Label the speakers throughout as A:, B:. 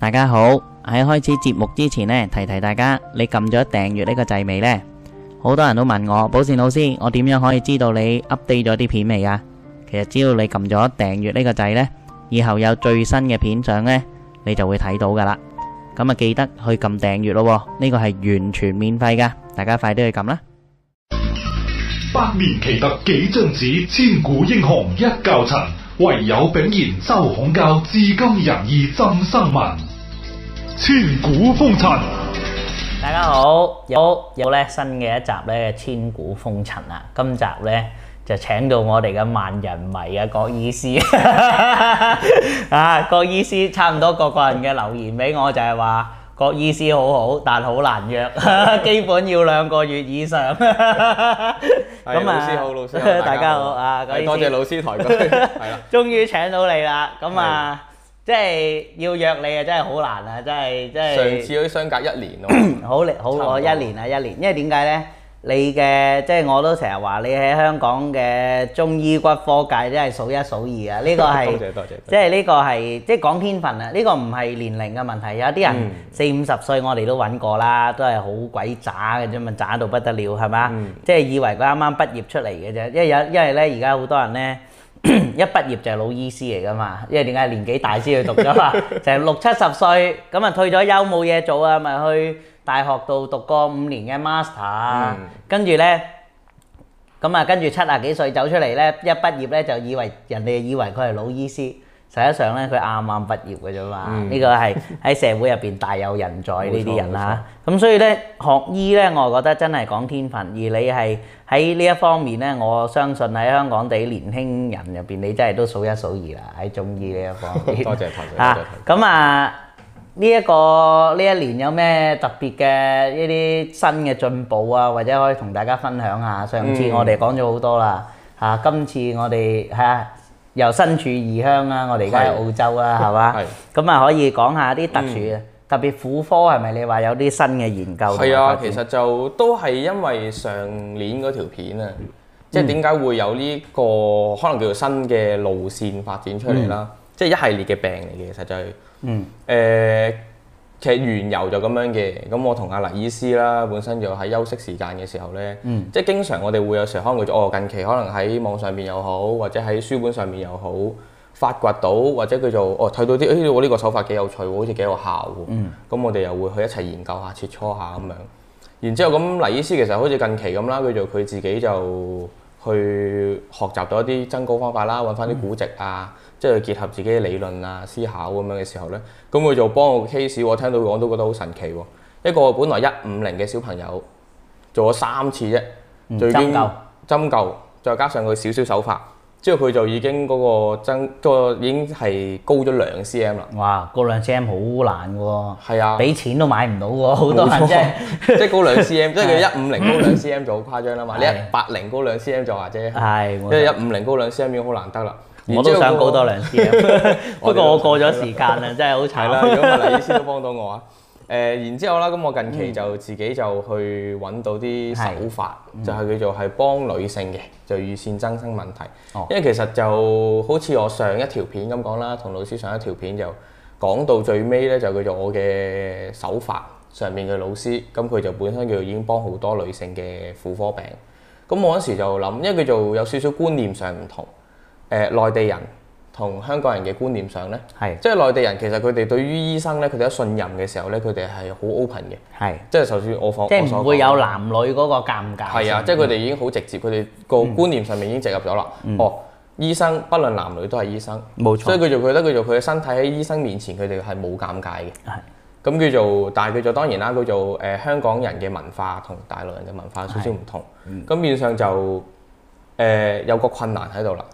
A: 大家好，喺開始節目之前呢，提提大家，你撳咗訂閱呢個掣未呢？好多人都問我，寶善老師，我點樣可以知道你 update 咗啲片未啊？其實只要你撳咗訂閱呢個掣呢，以後有最新嘅片相呢，你就會睇到噶啦。咁啊，記得去撳訂閱咯喎，呢個係完全免費噶，大家快啲去撳啦！
B: 百年奇特幾張紙，千古英雄一窖塵。唯有炳然周孔教，至今仁義浸生民。千古風塵，
C: 大家好，有有咧新嘅一集咧《千古風塵》啦。今集咧就請到我哋嘅萬人迷啊，郭醫師 啊，郭醫師差唔多個個人嘅留言俾我就係話。郭醫師好好，但好難約， 基本要兩個月 以上。咁啊
D: 係老師好，老師 好，
C: 大家好啊，郭醫
D: 係
C: 師
D: 多謝老師抬 舉，係啦，
C: 終於請到你啦！咁啊，即係要約你啊，真係好難啊！真係真係
D: 上次都相隔一年咯，
C: 好嚟好
D: 差唔
C: 我
D: 多
C: 一年啊一年，因為點解咧？你嘅即係我都成日話你喺香港嘅中醫骨科界真係數一數二啊！呢個
D: 多
C: 係
D: 謝多謝
C: 即係呢個係即係講天分啊！呢個唔係年齡嘅問題，有啲人
D: 嗯
C: 四五十歲我哋都揾過啦，都係好鬼渣嘅啫嘛，渣到不得了係嘛
D: 嗯？
C: 即係以為佢啱啱畢業出嚟嘅啫，因為有因為咧而家好多人咧。 一畢業就係老醫師嚟噶嘛，因為點解年紀大先去讀噶 嘛，就係六七十歲咁啊退咗休冇嘢做啊，咪去大學度讀個五年嘅 master，啊
D: 嗯
C: 跟住咧咁啊跟住七啊幾歲走出嚟咧，一畢業咧就以為人哋以為佢係老醫師，實際上咧佢啱啱畢業嘅啫嘛，
D: 嗯
C: 呢個係喺社會入邊大有人在呢啲人
D: 冇錯冇
C: 啦
D: 錯。
C: 咁所以咧，學醫咧，我覺得真係講天分，而你係喺呢一方面咧，我相信喺香港地年輕人入邊，你真係都數一數二啦，喺中醫呢一方面。
D: 多謝台長
C: 啊
D: 多謝台，
C: 咁啊，呢、一個呢一年有咩特別嘅一啲新嘅進步啊，或者可以同大家分享下？上次
D: 嗯
C: 我哋講咗好多啦，嚇、今次我哋嚇、啊又身處異鄉啦，我哋而家喺
D: 係
C: 澳洲啦，係嘛
D: 係？
C: 咁啊，可以講下啲特殊嘅，特別婦科係咪你話有啲新嘅研究同埋發展？
D: 係啊，其實就都係因為上年嗰條片啊，
C: 嗯
D: 即係點解會有呢個可能叫做新嘅路線發展出嚟啦，即係一系列嘅病嚟嘅，其實就係
C: 嗯
D: 誒。其實原由就咁樣嘅，咁我同阿黎醫師啦，本身就喺休息時間嘅時候咧，
C: 嗯
D: 即係經常我哋會有時候可能會做哦，近期可能喺網上面又好，或者喺書本上面又好，發掘到或者叫做哦睇到啲，誒、我呢個手法幾有趣喎，好似幾有效喎，咁、我哋又會去一齊研究下、切磋下咁樣。然之後咁黎醫師其實好似近期咁啦，佢就佢自己就去學習到一啲增高方法啦，揾翻啲古籍啊，即係結合自己嘅理論啊、思考咁樣嘅時候咧，咁佢就幫我個 case，我聽到我都覺得好神奇喎。一個本來一五零嘅小朋友做咗三次啫，就已經
C: 嗯針灸
D: 針灸，再加上佢少少手法，之後佢就已經嗰個增嗰個已經係高咗兩 cm 啦。
C: 哇，個量 CM 好難喎，
D: 係啊，
C: 俾錢都買唔到喎，好多人
D: 冇錯
C: 真係。
D: 即係高兩 cm，即係佢一五零高兩 cm 就好誇張啦嘛，你一
C: 係
D: 八零高兩 cm 就話啫，
C: 係
D: 因
C: 冇錯
D: 為一五零高兩 cm 已經好難得啦。
C: 我都想高多兩次啊，不
D: 我哋都
C: 過我過咗時間啦，真係好
D: 係 啦，
C: 慘。
D: 如果唔係黎醫師都幫到我啊。誒、然之後啦，咁我近期就自己就去揾到啲手法，就係叫做係幫女性嘅，就乳腺增生問題。
C: 哦
D: 因為其實就好似我上一條片咁講啦，同老師上一條片就講到最尾咧，就叫做我嘅手法上面嘅老師，咁佢就本身叫做已經幫好多女性嘅婦科病。咁我嗰時就諗，因為佢就有少少觀念上唔同，誒、內地人同香港人嘅觀念上咧。
C: 係
D: 即係內地人其實佢哋對於醫生咧，佢哋一信任嘅時候咧，佢哋係好 open 嘅，
C: 係，
D: 即係就算我放
C: 即
D: 我
C: 係
D: 所
C: 唔會
D: 講
C: 有嗯男女嗰個尷尬。
D: 係啊，即係佢哋已經好直接，佢哋個
C: 嗯
D: 觀念上面已經植入咗啦。哦，醫生不論男女都係醫生，
C: 冇錯
D: 所以佢就覺得佢做佢嘅身體喺醫生面前，佢哋係冇尷尬嘅。
C: 係
D: 咁叫做，但係佢就當然啦，佢做誒香港人嘅文化同大陸人嘅文化有少少唔同，咁面上就誒、有個困難喺度啦，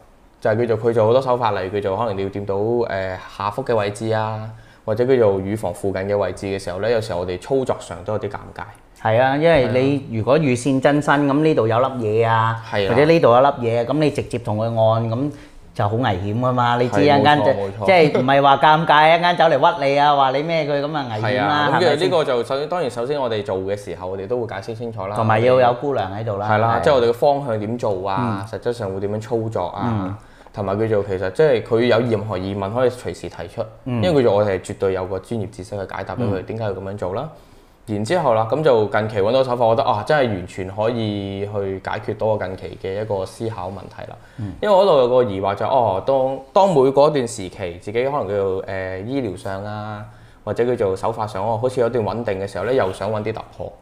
D: 就係叫做佢做好多手法，例如佢做可能你要掂到誒、下腹嘅位置啊，或者叫做乳房附近嘅位置嘅時候咧，有時候我哋操作上都有啲尷尬。
C: 係啊，因為你如果預線真身咁，呢度有粒嘢啊，
D: 係
C: 或
D: 啊
C: 者呢度有粒嘢，咁你直接同佢按咁。就好危險噶嘛！你知一間
D: 係冇錯冇
C: 就
D: 錯
C: 即係唔係話尷尬，一間走嚟屈你啊，話你咩佢咁啊危險
D: 係
C: 啦
D: 啊，，咁
C: 係咪
D: 嘅呢
C: 先？
D: 個就首先當然首先我哋做嘅時候，我哋都會解釋清楚啦，
C: 同埋要有姑娘喺度啦。
D: 啊係啦，即係
C: 係
D: 我哋嘅方向點做啊，實質上會點樣操作啊，同埋叫做其實即係佢有任何疑問可以隨時提出，因為叫做我哋係絕對有個專業知識去解答俾佢點解要咁樣做啦。然之後啦，咁就近期揾到手法，我覺得啊，真係完全可以去解決到我近期嘅一個思考問題啦。因為我嗰度有個疑惑就係哦，當當每嗰段時期自己可能叫做誒、呃醫療上啊，或者叫做手法上，哦，好似有段穩定嘅時候咧，又想揾啲突破。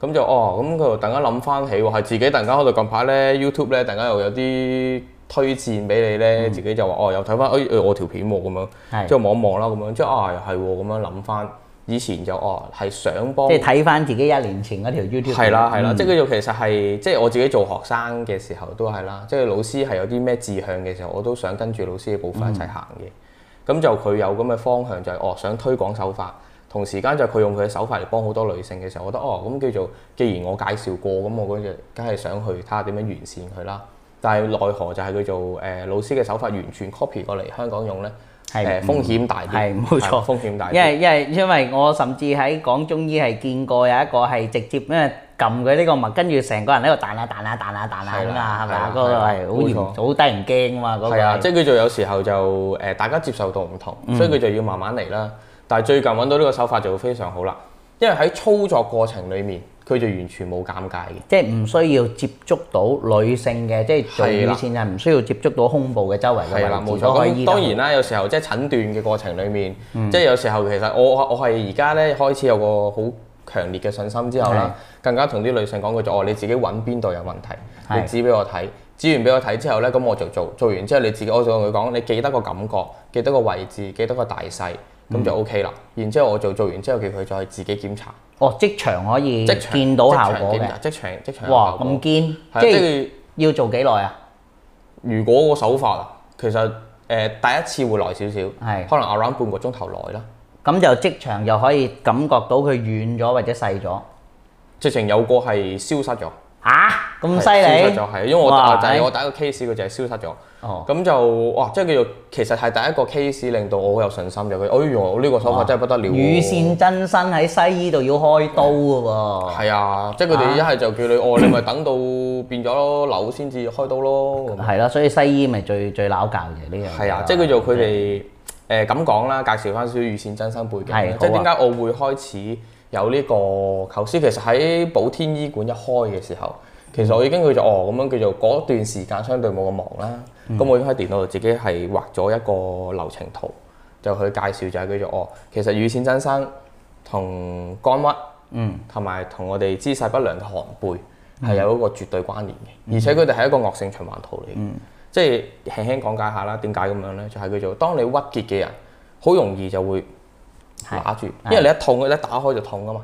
D: 咁就哦，咁佢就突然間諗翻起喎，係自己突然間喺度近排咧 YouTube 咧，突然間又有啲推薦俾你咧，自己就話哦，又睇翻誒誒我條片喎咁
C: 嗯係
D: 樣，即係望一望啦咁樣，即係啊係喎咁樣諗翻，以前就哦係想幫
C: 即係睇翻自己一年前嗰條 YouTube
D: 係啦係
C: 嗯
D: 啦，即係叫做其實係即係我自己做學生嘅時候都係啦，即係老師係有啲咩志向嘅時候，我都想跟住老師嘅步
C: 嗯
D: 伐一齊行嘅。咁就佢有咁嘅方向就係、哦想推廣手法，同時間就佢用佢嘅手法嚟幫好多女性嘅時候，我覺得哦咁叫做既然我介紹過，咁我嗰陣梗係想去睇下點樣完善佢啦。但係奈何就係叫做誒、呃老師嘅手法完全 copy 過嚟香港用咧，
C: 係嗯
D: 誒、風險大啲，
C: 係冇錯
D: 係風險大啲。
C: 因為因為因為我甚至喺講中醫係見過有一個係直接因為撳佢呢個脈，跟住成個人喺度彈下彈下彈下彈下
D: 係
C: 咁
D: 啦
C: 啊，係咪啊？嗰
D: 係
C: 個
D: 啦
C: 係好
D: 冇錯
C: 嚴，好得人驚啊嘛！嗰個
D: 係啊，
C: 係嗯
D: 即係叫做有時候就誒、大家接受度唔同，所以佢就要慢慢嚟啦。但係最近揾到呢個手法就會非常好啦，因為喺操作過程裡面，佢就完全冇尷尬嘅。
C: 即係唔需要接觸到女性嘅，即係做
D: 係
C: 乳
D: 啦
C: 腺係唔需要接觸到胸部嘅周圍嘅
D: 係啦，
C: 位
D: 冇
C: 置，都
D: 錯。
C: 可以醫
D: 咁
C: 得好嗯
D: 當然啦，有時候即係診斷嘅過程裡面，即係有時候其實我我我係而家咧開始有個好強烈嘅信心之後啦，更加同啲女性講過就哦，你自己揾邊度有問題，
C: 係
D: 你指俾我睇，指完俾我睇之後咧，咁我就做，做完之後你自己，我就同佢講，你記得個感覺，記得個位置，記得個大細，
C: 嗯
D: 咁就 OK 啦。然之後我就做完之後叫佢再自己檢查，
C: 哦，即場可以
D: 即場
C: 見到效果
D: 即場檢
C: 嘅
D: 查，即場即場有
C: 哇
D: 效果
C: 咁堅，即
D: 係啊即
C: 係
D: 係
C: 要做幾耐啊？
D: 如果個手法啊，其實誒、呃第一次會耐少少，
C: 係
D: 可能 around 半個鐘頭內啦。
C: 咁就即場就可以感覺到佢遠咗或者細咗。
D: 直情有個係消失咗，
C: 嚇咁
D: 係
C: 犀
D: 消
C: 利
D: 失！咗係，因為我
C: 哇
D: 就係我第一個 case 佢就係消失咗，
C: 哦
D: 咁就哇，即係叫做其實係第一個 case 令到我好有信心就佢，哎呦，我呢個手法真係不得了喎，
C: 乳腺增生喺西醫度要開刀嘅喎。
D: 係啊，即係佢哋一係就叫你，哦，你咪等到變咗瘤先至開刀咯，咁
C: 係啦，所以西醫咪最最撈教嘅呢樣嘢。
D: 係啊，即係叫做佢哋誒咁講啦，介紹翻少少乳腺增生背景啦
C: 係，
D: 即係
C: 好啊
D: 點解我會開始有呢個構思？其實喺寶天醫館一開嘅時候，其實我已經叫做哦咁樣叫做嗰段時間相對冇咁忙啦，
C: 嗯
D: 咁、我已經喺電腦度自己係畫咗一個流程圖，就去介紹就係叫做哦，其實乳腺增生同肝鬱，嗯，同埋同我哋姿勢不良嘅寒背。係
C: 嗯
D: 有一個絕對關聯嘅，而且佢哋係一個惡性循環圖嚟嘅。即係輕輕講解下啦，點解咁樣咧？就係、叫做當你鬱結嘅人，好容易就會揦住，因為你一痛佢一打開就痛噶嘛。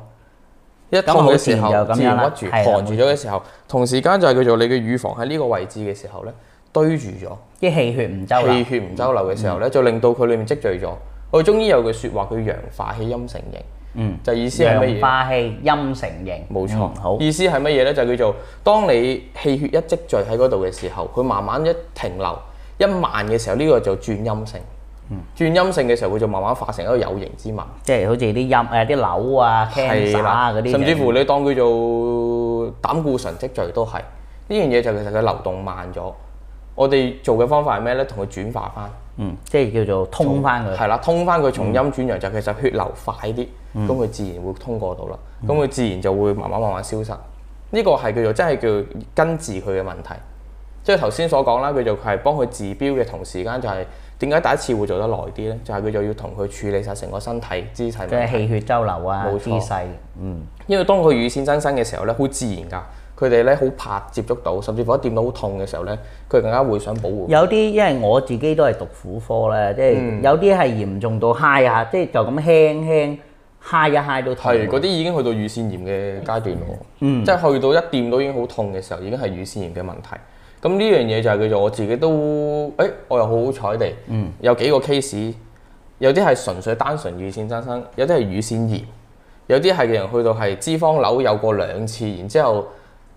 D: 一
C: 咁
D: 痛
C: 好
D: 嘅
C: 自
D: 時
C: 然
D: 候
C: 就咁
D: 自
C: 樣
D: 然
C: 啦
D: 屈住、
C: 係啦
D: 寒住咗嘅時候，同時間就係叫做你嘅乳房喺呢個位置嘅時候咧堆住咗。
C: 啲氣血唔周嗯
D: 氣
C: 啦。
D: 血唔周流嘅時候咧，就令到佢裏面積聚咗。我哋中醫有句説話叫陽化氣陰成形，嗯，就意思係乜嘢？
C: 陽化氣陰成形。
D: 冇錯，
C: 嗯好。
D: 意思係乜嘢咧？就叫做當你氣血一積聚喺嗰度嘅時候，佢慢慢一停留一慢嘅時候，呢、個就轉陰性。
C: 嗯
D: 轉陰性嘅時候，佢就慢慢化成一個有形之物，
C: 即係好似啲陰誒啲瘤啊、cancer 啊嗰啲嘢。
D: 甚至乎你當佢做膽固醇積聚都係呢樣嘢，就其實佢流動慢咗。我哋做嘅方法係咩咧？同佢轉化翻。
C: 嗯，即係叫做通翻佢。
D: 係啦，通翻佢從陰轉陽就其實血流快啲，咁佢、自然會通過到啦，咁佢、自然就會慢慢慢慢消失。呢個係叫做真係叫根治佢嘅問題，即係頭先所講啦，叫做佢係幫佢治標嘅同時間就係點解第一次會做得耐啲呢？就係、佢就要同佢處理晒成個身體姿勢
C: 即
D: 問
C: 係
D: 題，
C: 氣血周流啊
D: 冇、錯
C: 姿勢。嗯，
D: 因為當佢乳腺增生嘅時候呢，好自然㗎。佢哋咧好怕接觸到，甚至乎一掂到好痛嘅時候呢，佢更加會想保護。
C: 有啲因為我自己都係讀婦科咧，即
D: 嗯
C: 係有啲係嚴重到嗨下，即係就咁輕輕嗨一嗨都痛。
D: 係嗰啲已經去到乳腺炎嘅階段咯，即係去到一掂到已經好痛嘅時候，已經係乳腺炎嘅問題。咁呢樣嘢就係叫做我自己都，誒、我又好好彩地，有幾個 case，有啲係純粹單純乳腺增生，有啲係乳腺炎，有啲係嘅人去到係脂肪瘤有過兩次，呃然之後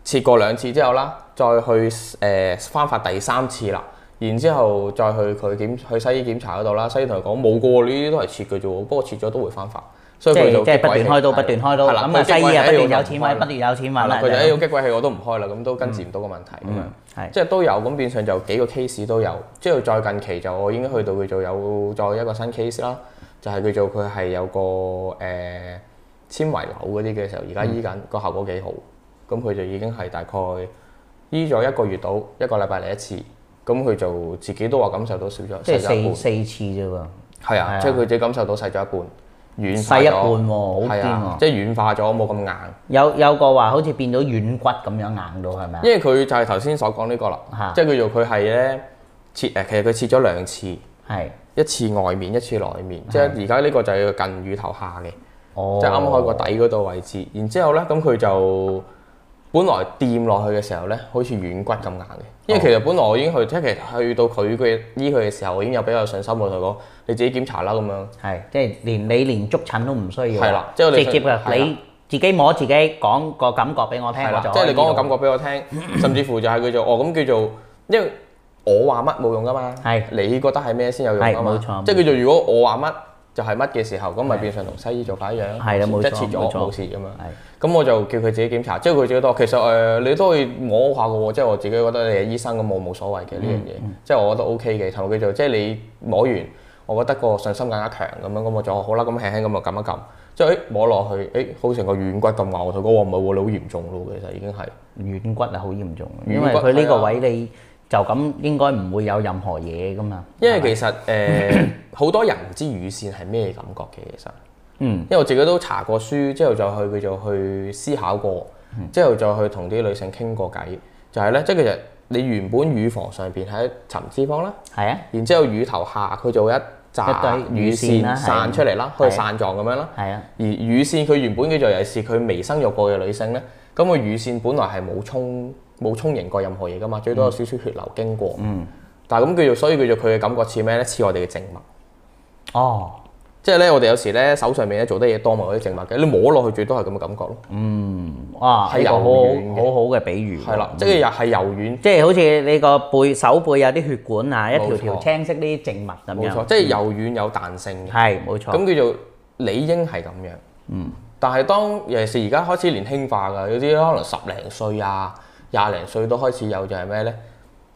D: 切過兩次之後啦，再去誒翻發第三次啦，然之後再去佢檢去西醫檢查嗰度啦，西醫同佢講冇個喎，呢啲都係切嘅啫喎，不過切咗都會翻發，所以
C: 即
D: 佢
C: 係
D: 就
C: 即係不
D: 激
C: 斷
D: 鬼氣
C: 開刀，
D: 係
C: 不斷開刀，
D: 係啦
C: 咁啊
D: 佢
C: 西
D: 激鬼
C: 醫啊
D: 氣
C: 不斷
D: 我
C: 有
D: 就
C: 錢
D: 唔開
C: 揾，
D: 啦
C: 不斷有錢嗯
D: 係
C: 揾
D: 啦
C: 啦，，
D: 佢就誒要
C: 就
D: 激鬼氣我都唔開啦，咁都根治唔到個問題咁樣。
C: 係
D: 即係都有咁變相就幾個 case 都有，之後再近期就我已經去到叫做有再一個新 case 啦，就係叫做佢係有個誒、呃、纖維瘤嗰啲嘅時候，而
C: 嗯
D: 家醫緊個效果幾好，咁佢就已經係大概醫咗一個月到，一個禮拜嚟一次，咁佢就自己都話感受到少咗，
C: 即係
D: 細咗一
C: 四
D: 半
C: 四次啫喎，
D: 係
C: 係啊
D: 啊，即係佢自己感受到細咗一半，軟化
C: 細一
D: 咗
C: 半喎好
D: 係
C: 癲
D: 啊
C: 喎，
D: 即係軟化咗，冇咁硬。
C: 有有個話好似變咗軟骨咁樣硬到係咪啊
D: 因？為佢就係頭先所講呢個啦，
C: 嚇
D: 即係叫做佢係咧切誒，其實佢切咗兩次，
C: 係，
D: 一次外面，一次內面，即係而家呢個就係個近乳頭下嘅，
C: 哦，
D: 即係啱開個底嗰度位置。然之後咧，咁佢就本來掂落去嘅時候咧，好似軟骨咁硬嘅。
C: 哦
D: 因為其實本來我已經去，即係其實去到佢嘅醫佢嘅時候，我已經有比較有信心，我同佢講你自己檢查啦咁樣。
C: 係，即係連你連觸診都唔需要，
D: 係啦即係我哋
C: 直接啊，
D: 係啦
C: 你自己摸自己講個感覺俾我聽，
D: 係
C: 我
D: 啦
C: 就，
D: 即係你講個感
C: 覺，
D: 覺俾我聽，甚至乎就係叫做哦咁叫做，因為我話乜冇用噶嘛，
C: 係
D: 你覺得係咩先有用㗎
C: 係冇錯
D: 嘛？即係叫做如果我話乜就係乜嘅時候，咁咪變相同西醫做法一樣，
C: 係啦冇錯
D: 即係切
C: 冇
D: 咗
C: 錯
D: 冇事咁樣。
C: 係
D: 咁我就叫佢自己檢查，即係佢自己都話其實誒、呃你都可以摸下嘅喎，即係我自己覺得你係醫生咁，我冇所謂嘅呢樣
C: 嗯
D: 嘢，即係我覺得 OK 嘅，同埋佢就即係你摸完，我覺得個信心更加強咁樣，咁我就哦好啦，咁輕輕咁就撳一撳，即係誒摸落去，誒、哎好成個軟骨咁硬，我同佢講唔係喎，你好嚴重咯，其實已經係
C: 軟骨係好嚴重嘅，
D: 軟
C: 因為
D: 骨
C: 佢呢
D: 係
C: 個
D: 啊
C: 位你就咁應該唔會有任何嘢噶嘛，
D: 因為其實 誒好、多人唔知乳腺係咩感覺嘅，其實，
C: 嗯，
D: 因為我自己都查過書，之後就去叫做去思考過，
C: 嗯
D: 之後再去同啲女性傾過偈，就係、呢。咧，即係其實你原本乳房上邊係一層脂肪啦，
C: 係啊，
D: 然之後乳頭下佢就會一紮
C: 一堆
D: 乳
C: 乳腺啦
D: 腺散
C: 係
D: 出嚟啦，好似
C: 係
D: 散狀咁樣啦。
C: 係啊。
D: 而乳腺佢原本嘅就尤其是佢未生育過嘅女性咧，咁個乳腺本來係冇充冇充盈過任何嘢噶嘛，最
C: 嗯
D: 多有少少血流經過。嗯。但係咁叫做，所以叫做佢嘅感覺似咩咧？似我哋嘅靜脈。
C: 哦，
D: 即係咧，我哋有時咧手上面咧做得嘢多咪嗰啲靜脈嘅，你摸落去最多係咁嘅感覺咯。
C: 嗯哇，
D: 係
C: 啊呢個好好
D: 柔軟嘅
C: 好好嘅比喻喎。
D: 係啦，即係又係柔軟，
C: 即係好似你個背手背有啲血管啊，一條
D: 冇錯
C: 條青色呢啲靜脈咁
D: 冇錯，
C: 樣。
D: 即係柔軟有彈性嘅。
C: 係冇錯。嗯
D: 咁叫做理應係咁樣。但係當尤其是而家開始年輕化㗎，有啲可能十零歲啊、廿零歲都開始有就係咩咧？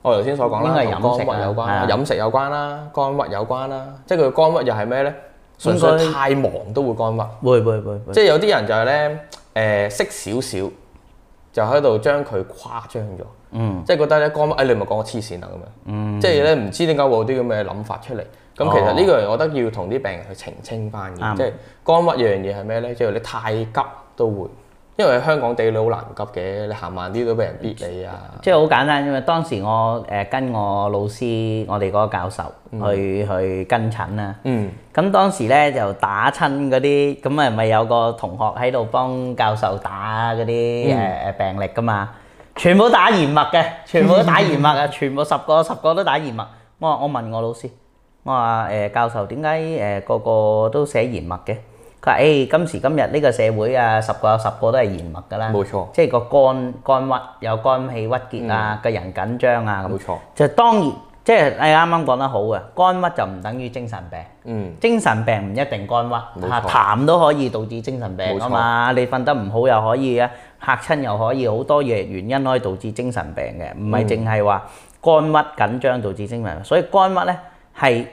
D: 我頭先所講
C: 應
D: 啦，
C: 該係
D: 同
C: 飲食
D: 肝
C: 啊
D: 鬱有關
C: 係啊
D: 啦，飲食有關啦，肝鬱有關啦，即係佢肝鬱又係咩咧？純
C: 應該
D: 粹太忙都會肝鬱。
C: 會會會會。
D: 即係有啲人就係咧，誒識少少就喺度將佢誇張咗，嗯，即係覺得咧光，誒、你咪講我黐線啦咁樣，嗯，哦即係咧唔知點解會有啲咁嘅諗法出嚟。咁其實呢個我覺得要同啲病人去澄清翻嘅，
C: 啱
D: 即係肝鬱一樣嘢係咩咧？即係你太急都會，因為香港地你好難急嘅，你行慢啲都俾人逼你啊，
C: 即係好簡單啫嘛！當時我誒、跟我老師，我哋嗰個教授去、去跟診啊啦。
D: 嗯，
C: 咁當時咧就打親嗰啲，咁咪咪有個同學喺度幫教授打嗰啲誒誒病歷噶嘛，全部打鹽 脈嘅，全部都打鹽脈啊，全部十個十個都打鹽脈。我話我問我老師，我話誒、教授點解誒個個都寫鹽脈嘅？佢話誒今時今日呢個社會啊，十個有十個都係鹽脈㗎啦，
D: 冇錯
C: 即係個肝肝鬱有肝氣鬱結啊，個、人緊張啊咁。
D: 冇錯，
C: 就當然即係你啱啱講得好啊，肝鬱就唔等於精神病。
D: 嗯，
C: 精神病唔一定肝鬱，
D: 冇
C: 嚇
D: 錯
C: 痰都可以導致精神病啊嘛。你瞓得唔好又可以啊，嚇親又可以，好多嘢原因可以導致精神病嘅，唔係淨係話肝鬱緊張導致精神病。所以肝鬱呢係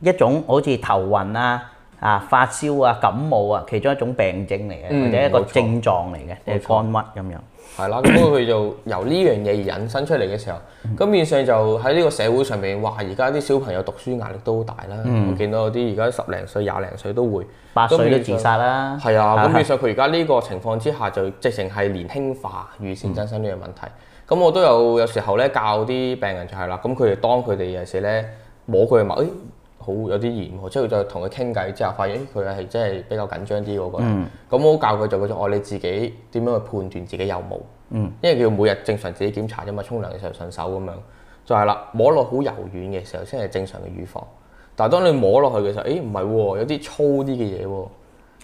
C: 一種好似頭暈啊、啊發燒啊、感冒啊，其中一種病症嚟嘅，
D: 嗯
C: 或者一個
D: 冇錯
C: 症狀嚟嘅，即係肝
D: 冇錯
C: 鬱咁樣。
D: 係啦，咁佢就由呢樣嘢而引申出嚟嘅時候，咁變相就喺呢個社會上面，哇！而家啲小朋友讀書壓力都好大啦，我見到有啲而家十零歲、廿零歲都會，
C: 八歲都
D: 咁變
C: 自
D: 相
C: 殺啦，
D: 係啊，咁
C: 係
D: 變相佢而家呢個情況之下，就直情係年輕化乳腺增生呢樣問題。咁、我都有有時候咧教啲病人就係啦，咁佢哋當佢哋有時咧摸佢嘅脈，誒、好有啲鹽喎，之後就同佢傾偈之後，發現咦佢係真係比較緊張啲嗰個人。咁、我教佢就嗰種，哦我、你自己點樣去判斷自己有冇？嗯，因為佢每日正常自己檢查啫嘛，沖涼嘅時候順手咁樣，就係啦，摸落好柔軟嘅時候先係正常嘅乳房。但係當你摸落去嘅時候，誒唔係喎，有啲粗啲嘅嘢喎。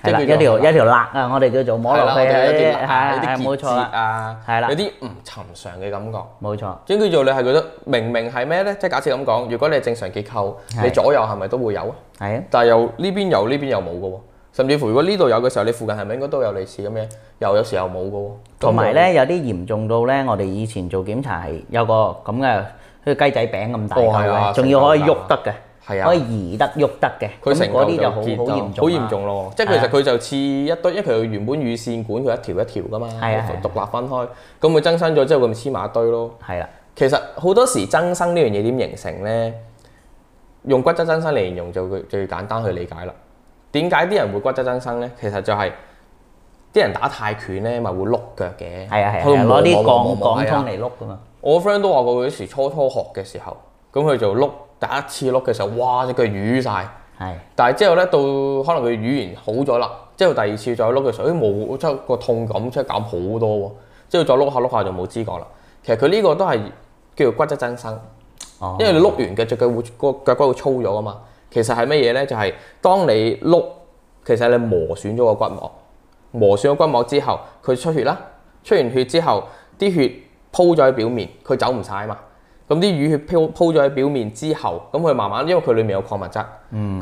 C: 係啦，
D: 即
C: 一
D: 係叫做
C: 條
D: 係啦
C: 一條辣啊，我哋叫做摸
D: 係
C: 落
D: 啦，
C: 去
D: 我哋有啲
C: 係
D: 辣有
C: 啊係冇
D: 啲結
C: 錯
D: 節
C: 啦，
D: 啊，
C: 係啦
D: 有啲唔尋常嘅感覺。
C: 冇錯，
D: 即係叫做你係覺得明明係咩咧？即係假設咁講，如果你係正常結構，
C: 係
D: 你左右係咪都會有啊？
C: 係啊，
D: 但係又呢邊有，呢邊又冇嘅喎。甚至乎如果呢度有嘅時候，你附近係咪應該都有類似咁嘅？又有時又冇嘅喎。
C: 同埋咧有啲嚴重到咧，我哋以前做檢查係有個咁嘅，好似雞仔餅咁大
D: 哦
C: 嚿
D: 係啊
C: 嘅，仲要可以喐得
D: 係
C: 嘅，
D: 啊
C: 可以移得喐得嘅，
D: 佢
C: 咁
D: 成
C: 嗰啲就好好
D: 嚿結就
C: 嚴重，啊
D: 好嚴重。咯。即係其
C: 係
D: 實
C: 啊
D: 佢就似一堆，因為佢原本乳線管佢一條一條噶嘛，
C: 係啊係啊
D: 獨立分開。咁佢增生咗之後，佢咪黐埋一堆咯。
C: 係啦，
D: 其實好多時增生呢樣嘢點形成呢？用骨質增生嚟形容就最最簡單去理解啦。點解啲人會骨質增生呢？其實就係、啲人打泰拳呢咪會碌腳嘅，
C: 係啊係啊，
D: 佢會
C: 攞啲
D: 磨
C: 鋼
D: 磨磨磨磨
C: 鋼
D: 係啊
C: 通嚟碌噶嘛，
D: 我 friend 都話過，佢嗰時初初學嘅時候，咁佢就碌第一次碌嘅時候，哇只腳瘀晒。
C: 係
D: 但係之後咧，到可能佢語言好咗啦，之後第二次再碌嘅時候，咦冇，即係個痛感即係減好多喎。之後再碌下碌下就冇知覺啦。其實佢呢個都係叫做骨質增生，
C: 哦
D: 因為你碌完嘅隻腳會個腳骨會粗咗啊嘛。其實係乜嘢咧？就係、當你碌，其實你磨損咗個骨膜，磨損咗骨膜之後，佢出血啦，出完血之後，啲血鋪咗喺表面，佢走唔晒啊嘛。咁啲淤血鋪鋪咗喺表面之後，咁佢慢慢因為佢裡面有礦物質，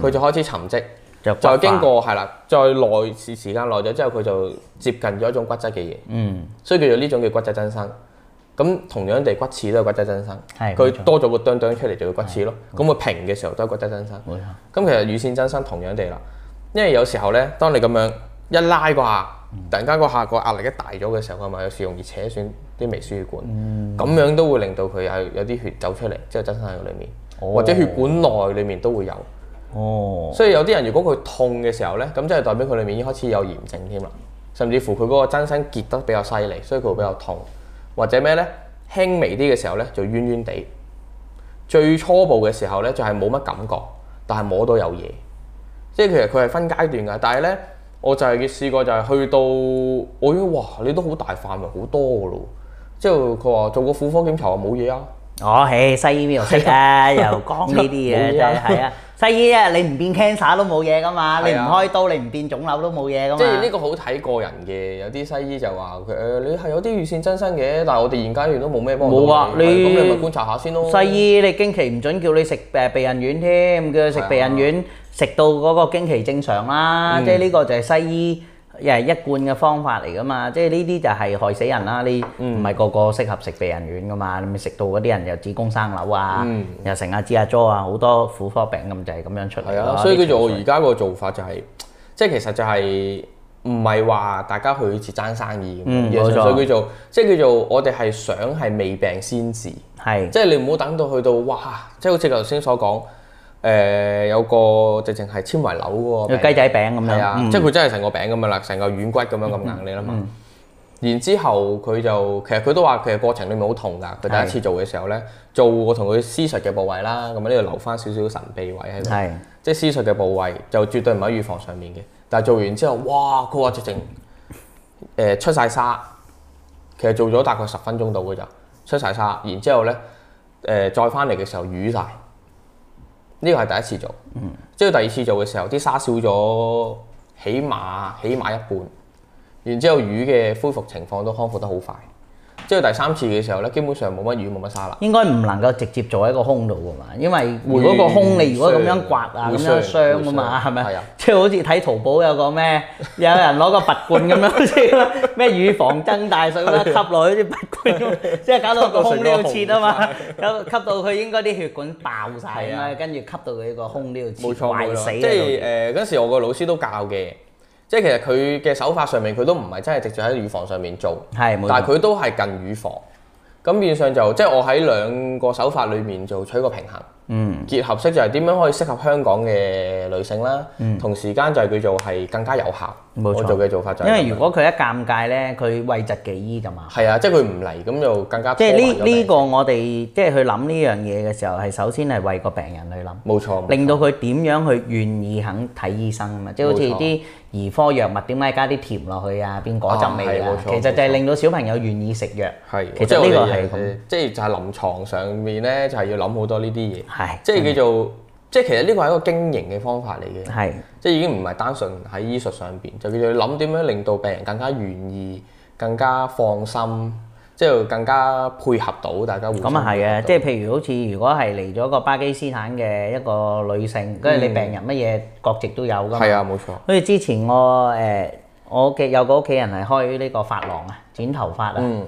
D: 佢、就開始沉積。
C: 就
D: 就
C: 骨化
D: 經過係啦，再耐時時間耐咗之後，佢就接近咗一種骨質嘅嘢，
C: 嗯
D: 所以叫做呢種叫骨質增生。咁同樣地，骨刺都係骨質增生，
C: 係冇錯
D: 佢多咗個哚哚出嚟就叫骨刺咯。咁佢平嘅時候都係骨質增生。
C: 冇錯。
D: 咁其實乳腺增生同樣地啦，因為有時候咧，當你咁樣一拉嗰下，突然間嗰下個壓力一大咗嘅時候，佢咪有時容易扯損啲微輸血管，咁、
C: 嗯
D: 樣都會令到佢有有啲血走出嚟，之後增生喺裏面，
C: 哦
D: 或者血管內裏面都會有。
C: 哦，
D: 所以有啲人如果佢痛嘅時候咧，咁即係代表佢裏面已經開始有炎症添啦，甚至乎佢嗰個增生結得比較犀利，所以佢會比較痛，或者咩咧輕微啲嘅時候咧就冤冤地，最初步嘅時候咧就係冇乜感覺，但係摸到有嘢，即係其實佢係分階段㗎，但係咧我就係試過就係去到我已經哇你都好大範圍好多㗎咯，之後佢話做個婦科檢查話冇嘢啊。
C: 哦，唉，西醫邊度識 啊？又講呢啲嘢
D: 冇嘢
C: 真係
D: 啊
C: 係啊！西醫啊，你唔變 cancer 都冇嘢噶嘛，你唔
D: 係啊
C: 開刀，你唔變腫瘤都冇嘢噶嘛。
D: 即係呢個好睇個人嘅，有啲西醫就話佢誒你係有啲乳腺增生嘅，但係我哋現階段都冇咩幫到
C: 冇啊
D: 係
C: 你
D: 咁你咪觀察下先咯。
C: 西醫你經期唔準叫你食誒避孕丸添，叫佢
D: 啊
C: 食避孕丸食到嗰個經期正常
D: 嗯
C: 啦，即係呢個就係西醫誒一貫嘅方法嚟噶嘛，即係呢啲就係害死人啦，你
D: 嗯
C: 唔係個個適合食避孕丸噶嘛，你咪食到嗰啲人又子宮生瘤啊，
D: 嗯
C: 又成阿支阿 jo 啊，好多婦科病咁就係咁樣出嚟
D: 係
C: 咯
D: 啊，所以
C: 啲
D: 叫做我
C: 情緒
D: 而家個做法就係、即係其實就係唔係話大家去似爭生意咁樣，
C: 嗯
D: 而係
C: 冇錯
D: 純粹叫做即係叫做我哋係想係未病先治。
C: 係
D: 即係你唔好等到去到哇！即係好似頭先所講，誒、呃有個直情係纖維瘤嗰個
C: 有
D: 病
C: 雞仔餅咁
D: 係
C: 樣，
D: 啊，
C: 嗯
D: 即係佢真係成個餅咁樣啦，成個軟骨咁樣咁硬你啦嘛。然之後佢就其實佢都話其實過程裡面好痛㗎。佢第一次做嘅時候咧，做我同佢施術嘅部位啦，咁呢度留翻少少神秘位喺度。
C: 係
D: 即係施術嘅部位就絕對唔喺預防上面嘅。但係做完之後，哇！佢話直情誒出晒沙，其實做咗大概十分鐘到嘅咋，出晒沙。然之後咧誒、再翻嚟嘅時候淤晒。呢個係第一次做。嗯。之後第二次做嘅時候，啲沙少咗，起碼起碼一半。然之後魚嘅恢復情況都康復得好快。之後第三次嘅時候咧，基本上冇乜魚冇乜沙啦。
C: 應該唔能夠直接做喺個胸度噶嘛，因為如
D: 會
C: 果個胸你如果咁樣刮啊，
D: 會
C: 咁樣
D: 傷
C: 傷噶嘛，
D: 會傷
C: 係
D: 係
C: 咪？
D: 啊
C: 即係好似睇淘寶有個咩，有人攞個拔罐咁樣，好似咩乳防增大水咁樣吸落去啲拔罐咁，即係搞到個胸都要切啊嘛，吸吸到佢應該啲血管爆晒
D: 係
C: 啊
D: 啊
C: 嘛，跟住吸到佢個胸都要切
D: 冇錯，冇
C: 壞死
D: 錯
C: 啊
D: 即係呃
C: 到時
D: 誒嗰時我個老師都教嘅，即係其實佢嘅手法上面佢都唔係真係直接喺乳房上面做，
C: 係冇錯
D: 但係佢都係近乳房。咁變相就即係我喺兩個手法裏面就取個平衡，
C: 嗯，
D: 結合式就係點樣可以適合香港嘅女性啦，同時間就係叫做係更加有效。
C: 嗯冇錯
D: 我做嘅做法就係
C: 因
D: 咁
C: 為
D: 樣
C: 如果佢一尷尬咧，佢諱疾忌醫就麻煩。
D: 係啊，即係佢唔嚟咁就更加
C: 即係
D: 拖
C: 呢
D: 慢咗病
C: 呢個我哋即係去諗呢樣嘢嘅時候，係首先係為個病人去諗。
D: 冇錯，冇錯
C: 令到佢點樣去願意肯睇醫生啊嘛，即係好似
D: 冇錯
C: 啲兒科藥物點解加啲甜落去啊，變果汁味啊
D: 啊係冇，錯
C: 其實就係
D: 冇錯
C: 令到小朋友願意食藥。
D: 係，
C: 其
D: 即係
C: 實
D: 我
C: 呢
D: 哋
C: 個係
D: 誒
C: 咁，
D: 即係就係臨床上面咧，就係要諗好多呢啲嘢，
C: 係啊
D: 即係叫做即係其實呢個係一個經營嘅方法嚟嘅，
A: 係
D: 即係已經唔係單純喺醫術上邊，就叫做諗點樣令到病人更加願意、更加放心，即係更加配合到大家互相
C: 咁啊係
D: 配合
C: 嘅，
D: 到
C: 即係譬如好似如果係嚟咗個巴基斯坦嘅一個女性，跟住你病人乜嘢國籍都有㗎嘛。
D: 嗯係啊，冇錯，
C: 好似之前我誒、呃我嘅有個屋企人係開呢個髮廊啊，剪頭髮啊。
D: 嗯，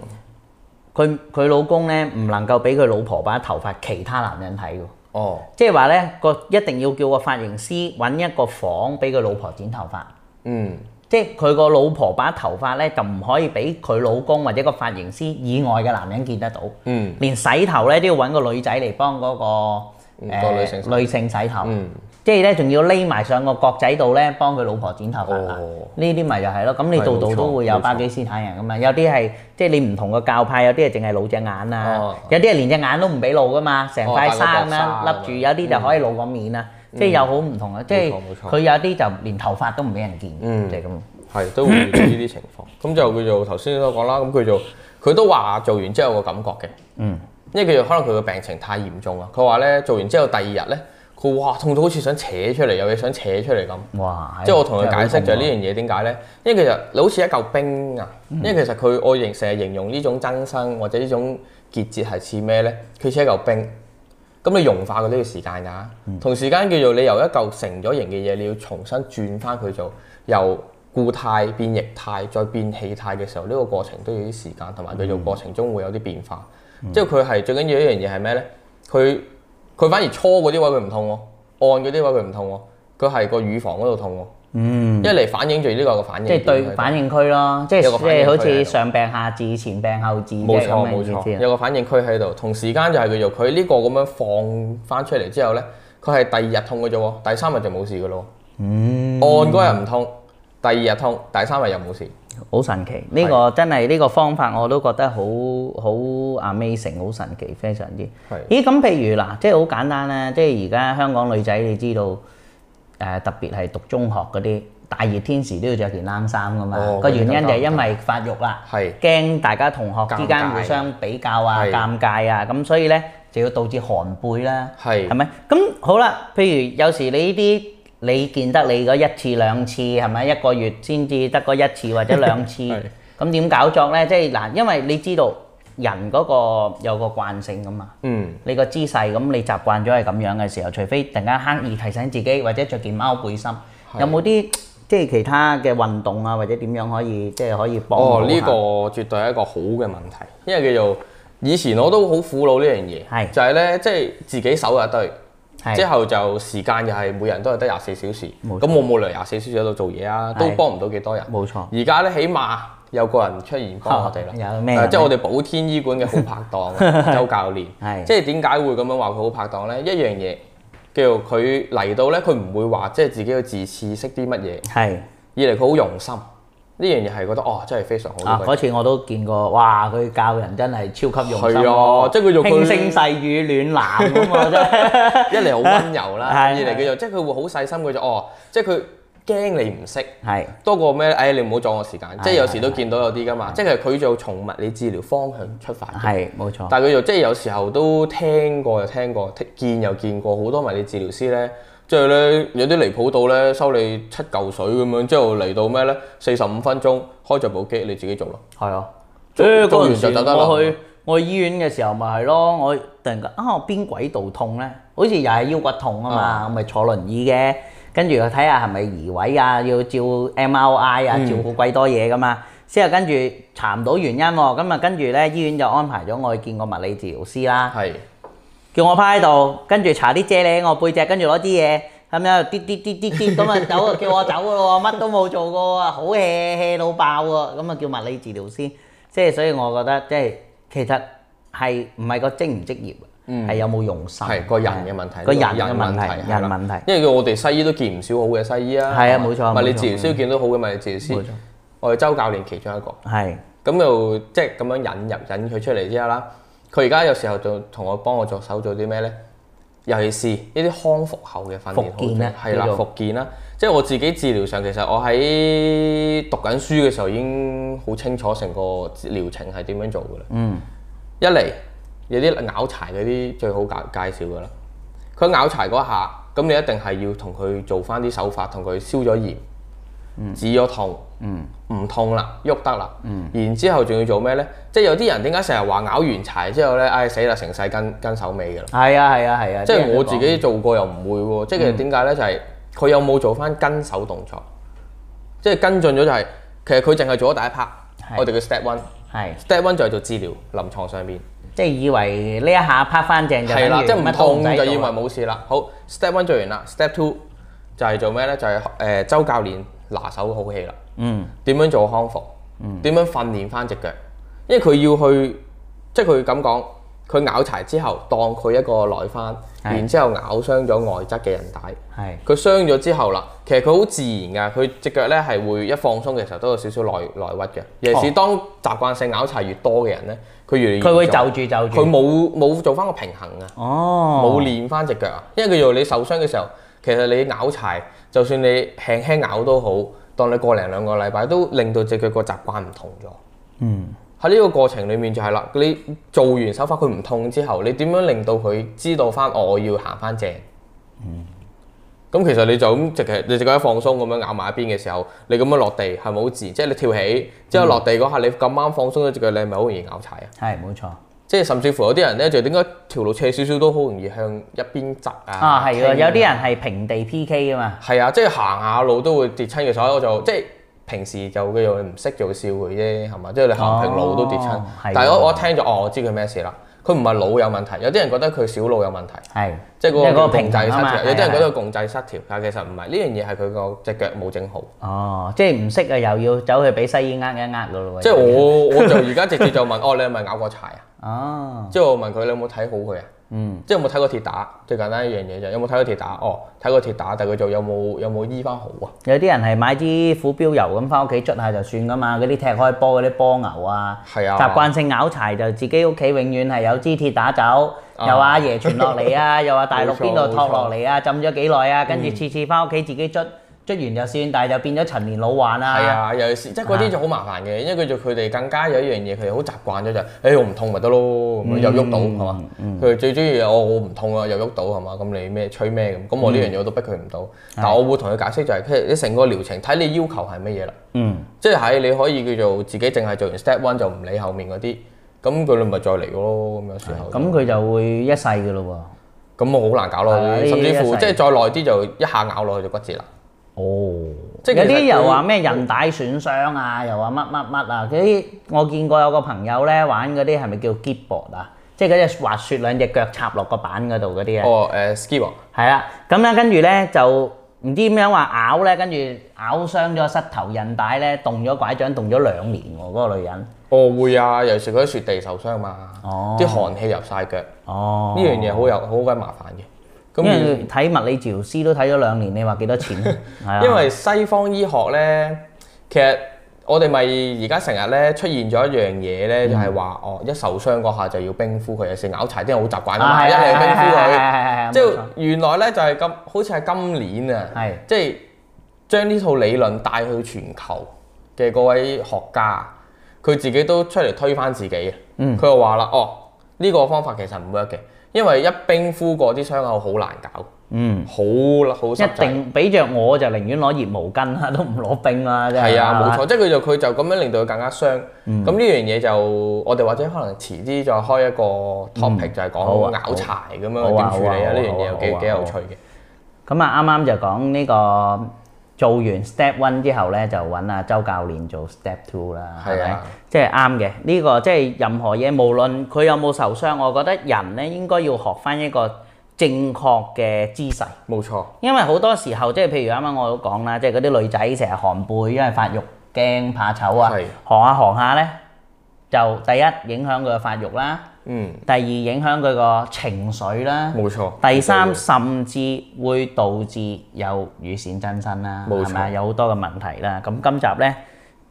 C: 佢佢老公咧唔能夠俾佢老婆把頭髮其他男人睇喎，
D: 哦，
C: 即係話咧個一定要叫個髮型師揾一個房俾佢老婆剪頭髮，
D: 嗯，
C: 即係佢個老婆把頭髮咧就唔可以俾佢老公或者個髮型師以外嘅男人見得到，
D: 嗯，
C: 連洗頭咧都要揾個女仔嚟幫嗰、個、呃
D: 嗯個女性洗頭
C: 女性洗頭，
D: 嗯，
C: 即係咧仲要匿埋上個角仔度咧幫佢老婆剪頭髮啦
D: 哦
C: 呢啲咪就係咯，咁你
D: 係
C: 度度
D: 冇錯
C: 都會有
D: 冇錯
C: 巴基斯坦人噶嘛，有啲係即係你唔同個教派，有啲係淨係露隻眼啊
D: 哦，
C: 有啲係連隻眼都唔俾露噶嘛，成
D: 哦
C: 塊
D: 戴個
C: 衫咁
D: 薄紗
C: 樣
D: 咁
C: 笠住，
D: 樣嗯
C: 有啲就可以露個面啊，即係有好唔同啊，即係
D: 冇錯冇錯
C: 佢有啲就連頭髮都唔俾人見，
D: 嗯
C: 就係咁。
D: 係都會遇到呢啲情況。 咁就叫做頭先所講啦，咁佢就佢都話做完之後有個感覺嘅，
A: 嗯，
D: 因為佢就可能佢嘅病情太嚴重啦。啊佢話咧做完之後第二日咧，佢哇痛到好似想扯出嚟，有嘢想扯出嚟咁。
C: 哇！啊
D: 即係我同佢解釋就係呢
C: 呢，
D: 樣嘢點解咧？因為其實你好似一嚿冰啊，因為其實佢我形成日形容呢種增生或者呢種結節係似咩咧？佢似一嚿冰，咁你融化佢都要時間㗎。同時間叫做你由一嚿成咗形嘅嘢，你要重新轉翻佢做由固態變液態再變氣態嘅時候，呢、個過程都要啲時間，同埋佢做過程中會有啲變化。即係佢係最緊要一樣嘢係咩咧？佢佢反而搓嗰啲位佢唔痛喎、按嗰啲位佢唔痛喎、佢係個乳房嗰度痛喎、
A: 嗯，
D: 一嚟反映住呢個嘅反應，
C: 即係對反應區咯，即係
D: 有個
C: 即
D: 反應區
C: 係好
D: 喺
C: 似
D: 度
C: 上病下治、前病後治，
D: 冇
C: 即係咁
D: 錯
C: 嘅
D: 冇
C: 意思啊
D: 錯，有個反應區喺度。同時間就係叫做佢呢個咁樣放翻出嚟之後咧，佢係第二日痛嘅啫喎，第三日就冇事嘅咯。嗯，按嗰日唔痛，第二日痛，第三日又冇事。
C: 好神奇，呢、個真係呢、個方法我都覺得好好 amazing，好神奇，非常之。
D: 係
C: 咦，咁譬如嗱，即係好簡單啦，即係而家香港女仔，你知道誒、呃特別係讀中學嗰啲，大熱天時都要着件冷衫噶嘛。
D: 哦
C: 個、原因
D: 咁
C: 就
D: 就
C: 係因為發育啦，
D: 係
C: 驚大家同學之
D: 尷
C: 間
D: 尬
C: 互相比較啊、
D: 係
C: 尷尬啊，咁所以咧就要導致寒背啦。
D: 係
C: 係咪？咁好啦，譬如有時你呢啲你見得你嗰一次兩次係咪一個月先至得嗰一次或者兩次
D: 係？
C: 咁點搞作呢？即係嗱，因為你知道人嗰個有個慣性噶嘛。
D: 嗯，
C: 你個姿勢咁，你習慣咗係咁樣嘅時候，除非突然間刻意提醒自己，或者着件貓背心，有冇啲即係其他嘅運動啊，或者點樣可以即係可以幫
D: 哦
C: 到
D: 呢
C: 下
D: 個絕對係一個好嘅問題，因為叫做以前我都好苦惱呢樣嘢，
C: 係
D: 就係咧即係自己手有一堆。
C: 係
D: 之後就時間又係每人都係得廿四小時，
C: 冇錯
D: 咁我冇理由廿四小時喺度做嘢啊，都
C: 係
D: 幫唔到幾多人。
C: 冇錯
D: 而家咧起碼有個人出現幫我哋 啦，
C: 有咩
D: 誒
C: 人
D: 即係我
C: 呢
D: 哋寶天醫館嘅好拍 檔啊周教練
C: 係。
D: 即係點解會咁樣話佢好拍檔咧？一樣嘢叫做佢嚟到咧，佢唔會話即係自己要自恃識啲乜嘢，
C: 係
D: 二嚟佢好用心。呢樣嘢係覺得哦，真係非常好。
C: 啊！
D: 呢個
C: 嗰次我都見過，哇！佢教人真係超級用心
D: 係啊即係佢用佢
C: 輕聲細語暖男咁啊！真係
D: 一嚟好温柔啦，
C: 係
D: 二嚟佢就即係佢會好細心，佢就哦，即係佢驚你唔識。
C: 係
D: 多過咩？誒，你唔好阻我時間，即係有
C: 係
D: 時都見到有啲噶嘛，即係佢做從物理治療方向出發嘅，
C: 係冇錯，
D: 但係佢就即係有時候都聽過又聽過，聽見又見過好多物理治療師咧，即係咧有啲離譜到咧收你七嚿水咁樣，之後嚟到咩咧四十五分鐘開着部機你自己做咯，
C: 係啊。
D: 做
C: 誒
D: 做
C: 嗰
D: 完
C: 陣時
D: 就得啦
C: 我去我去醫院嘅時候咪係咯，我突然間啊我邊鬼度痛咧，好似又係腰骨痛啊嘛，
D: 啊
C: 我咪坐輪椅嘅，跟住又睇下係咪移位啊，要照 MRI
D: 嗯
C: 啊，照好鬼多嘢噶嘛。之後跟住查唔到原因喎，咁啊跟住咧醫院就安排咗我去見個物理治療師啦。
D: 係
C: 叫我趴喺度，跟住搽啲啫喱喺我背脊，跟住攞啲嘢咁樣滴滴滴滴滴 咁啊走啊，叫我走噶咯喎，乜都冇做過啊，好 hea hea 到爆喎，咁啊叫物理治療師，即係所以我覺得即係其實係唔係個職唔職業，係、有冇用心，
D: 嗯係個人嘅問題，
C: 個人嘅問
D: 係
C: 題，
D: 啦
C: 人問題。
D: 因為我哋西醫都見唔少好嘅西醫啊，
C: 係啊冇錯
D: 物理
C: 冇錯
D: 治療師都見到好嘅物理治療
C: 冇
D: 師
C: 錯，
D: 我哋周教練其中一個。
C: 係
D: 咁就即係咁樣引入引佢出嚟之後啦，佢而家有時候就同我幫我做手做啲咩咧？尤其是呢啲康復後嘅訓練
C: 復健啊
D: 好重要係啦，
C: 叫做
D: 復健啦。即係我自己治療上，其實我喺讀緊書嘅時候已經好清楚成個療程係點樣做㗎啦。嗯，一嚟有啲拗柴嗰啲最好介介紹㗎啦。佢咬柴嗰下，咁你一定係要同佢做翻啲手法，同佢消咗炎，
C: 嗯
D: 止咗痛，唔痛啦，喐得啦，然之後仲要做咩呢？即係有啲人點解成日話咬完柴之後呢？唉死啦，成世跟跟手尾㗎啦。
C: 係啊係啊係啊，
D: 即係
C: 啲人
D: 我
C: 都
D: 自
C: 講嗯
D: 己做過又唔會喎，即係點解呢？就係、佢有冇做翻跟手動作，即係跟進咗就係、其實佢淨係做咗第一 part，
C: 係
D: 我哋嘅 step one。
C: 係
D: step one 就係做治療，臨床上面
C: 即係以為呢一下拍翻正就
D: 係啦，即係
C: 等於
D: 唔
C: 乜都
D: 痛
C: 使做啊
D: 就以為
C: 啦
D: 冇事啦。好，step one 做完啦，step two 就係做咩呢？就係、呃周教練拿手好戲啦。
A: 嗯
D: 點樣做康復？
C: 嗯
D: 點樣訓練翻只腳？因為佢要去，即係佢咁講，佢咬柴之後當佢一個內翻，
C: 係
D: 然之後咬傷咗外側嘅韌帶。
C: 係
D: 佢傷咗之後啦，其實佢好自然㗎，佢只腳咧係會一放鬆嘅時候都有少少內內屈嘅。尤其是當習慣性咬柴越多嘅人咧，佢越嚟越
C: 哦佢會
D: 嚴
C: 就
D: 重
C: 住就
D: 佢
C: 住，
D: 冇冇做翻個平衡啊，
C: 哦
D: 冇、練翻只腳啊，因為佢要你受傷嘅時候，其實你咬柴，就算你輕輕咬都好，當你過零兩個禮拜都令到只腳個習慣唔同咗。
A: 嗯，
D: 喺呢個過程裡面就係啦，你做完手法佢唔痛之後，你點樣令到佢知道翻我要行翻正？咁其實你就咁直係你隻腳一放鬆咁樣咬埋一邊嘅時候，你咁樣落地係咪好自然？即係你跳起之後落地嗰下，你咁啱放鬆咗只腳，你係咪好容易咬柴啊？
C: 係冇錯。
D: 即係甚至乎有啲人咧，就點解條路斜少少都好容易向一邊側啊？
C: 啊，係
D: 傾
C: 喎，有啲人係平地 PK 噶嘛，
D: 係啊，即係行下路都會跌親嘅，所以我就即係平時就叫做唔識就會笑佢啫，係嘛？即係你行平路都跌親，
C: 哦係喎
D: 但係我我一聽咗哦，我知佢咩事啦。佢唔係腦有問題，有啲人覺得佢小腦有問題，
C: 係
D: 即係
C: 因為
D: 嗰
C: 嗰
D: 個
C: 個
D: 共
C: 平
D: 濟
C: 衡
D: 失
C: 啊嘛
D: 調。有啲人
C: 係
D: 覺
C: 係
D: 得共濟失調，但係其實唔係呢樣嘢係佢個隻腳冇 整好。
C: 哦，即係唔識啊，又要走去俾西醫呃一呃噶咯喎。
D: 即係我我就而家直接就問哦，你係咪咬過柴啊？
C: 哦，
D: 即係我問佢你有冇睇好佢啊？嗯，即係有冇睇過鐵打？最簡單一樣嘢就係有冇睇過鐵打？哦，睇過鐵打，但係佢就有冇有冇醫翻好啊？
C: 有啲人係買支虎標油咁翻屋企捽下就算噶嘛，嗰啲踢開波嗰啲波牛啊，
D: 係啊
C: 習慣性咬柴就自己屋企永遠係有支鐵打走，
D: 啊
C: 又話爺傳落嚟 啊，又話大陸
D: 冇錯
C: 邊度托落嚟啊，浸咗幾耐
D: 嗯
C: 啊，跟住次次翻屋企自己捽，捽完就算，但係就變咗陳年老患
D: 係
C: 啊。
D: 啊，尤其是即係嗰啲就好麻煩嘅，因為佢就佢哋更加有一樣嘢，佢哋好習慣咗就係，誒我唔痛咪得咯，咁樣又喐到係嘛？佢哋最中意我我唔痛啊，又喐到係嘛？咁你咩吹咩咁？咁我呢樣嘢我都逼佢唔到，但我會同佢解釋就係，其實你成個療程睇你要求係乜嘢啦。
A: 嗯，
D: 即係你可以叫做自己淨係做完 step one 就唔理後面嗰啲，咁佢哋咪再嚟咯咁樣時候。
C: 咁佢就會一世噶咯喎。
D: 咁我好難搞咯，
C: 係啊呢啲
D: 甚至乎
C: 一世
D: 即係再耐啲就一下咬落去就骨折啦。
C: 哦，
D: 即
C: 有
D: 係其實
C: 啲
D: 佢
C: 又話咩韌帶損傷啊，又話乜乜乜啊，嗰啲我見過有個朋友咧玩嗰啲係咪叫 skateboard 啊？即係嗰只滑雪兩隻腳插落個板嗰度嗰啲啊，
D: 哦誒 s k i p
C: 係啦、咁咧跟住咧就唔知點樣話咬咧，跟住咬傷咗膝頭韌帶咧，動咗拐杖，動咗兩年喎、嗰、個女人。
D: 哦會啊，尤其是佢喺雪地受傷嘛，
C: 哦
D: 啲寒氣入晒腳，呢
C: 哦
D: 樣嘢好有好鬼麻煩嘅。咁
C: 因為
D: 而
C: 睇物理治療師都睇咗兩年，你話幾多 錢？係啊，
D: 因為西方醫學咧，其實我哋咪而家成日咧出現咗一樣嘢咧，就
C: 嗯
D: 係話哦一受傷嗰下就要冰敷佢，有時咬柴啲人好習慣㗎
C: 啊
D: 嘛，一
C: 係啊
D: 嚟冰敷
C: 係
D: 佢。
C: 係係係係係啊
D: 即
C: 冇
D: 係
C: 錯
D: 原來咧就係咁，好似係今年啊，
C: 係
D: 即係將呢套理論帶去全球嘅嗰位學家，佢自己都出嚟推翻自己嘅。
C: 嗯
D: 佢就話啦：哦，呢、個方法其實唔 work 嘅，因為一冰敷過啲傷口好難搞，
A: 嗯，
D: 好好濕
C: 一
D: 滯。
C: 定俾着我就寧願攞熱毛巾 啦，都唔攞冰啦，真係。
D: 係啊，冇錯，即係佢就佢就咁樣令到佢更加傷。咁呢、
C: 嗯
D: 樣嘢就我哋或者可能遲啲再開一個 topic、就係
C: 好
D: 講
C: 啊
D: 咬柴咁樣
C: 好啊
D: 點處理啊？
C: 好啊
D: 呢樣嘢又
C: 好
D: 幾
C: 啊
D: 幾有趣
C: 好啊
D: 嘅。
C: 咁啊，啱啱就講呢、個做完 step one 之後咧，就揾阿周教練做 step two 啦，係
D: 係啊
C: 咪？即係啱嘅，呢、個即係任何嘢，無論佢有冇受傷，我覺得人咧應該要學翻一個正確嘅姿勢。
D: 冇錯，
C: 因為好多時候，即係譬如啱啱我都講啦，即係嗰啲女仔成日寒背，因為發育驚怕醜啊
D: 係，
C: 寒下寒下咧，就第一影響佢嘅發育啦，
D: 嗯，
C: 第二影響佢個情緒啦，
D: 冇錯。
C: 第三
D: 冇錯
C: 甚至會導致有乳腺增生啦，
D: 冇錯
C: 係咪有好多嘅問題啦？咁今集呢，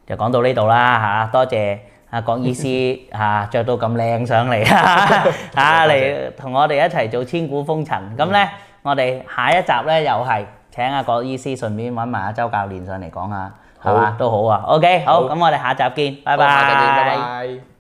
C: 就講到呢度啦嚇，多謝阿郭醫 師嚇着到咁靚上嚟 嚇嚟同我哋一齊做千古風塵。咁呢，我哋下一集呢，又係請阿郭醫師順便揾埋阿周教練上嚟講下，係嘛
D: 好
C: 都好啊。OK，好，
D: 好
C: 咁我哋下集見，拜
D: 好下集見
C: 拜
D: 拜。拜。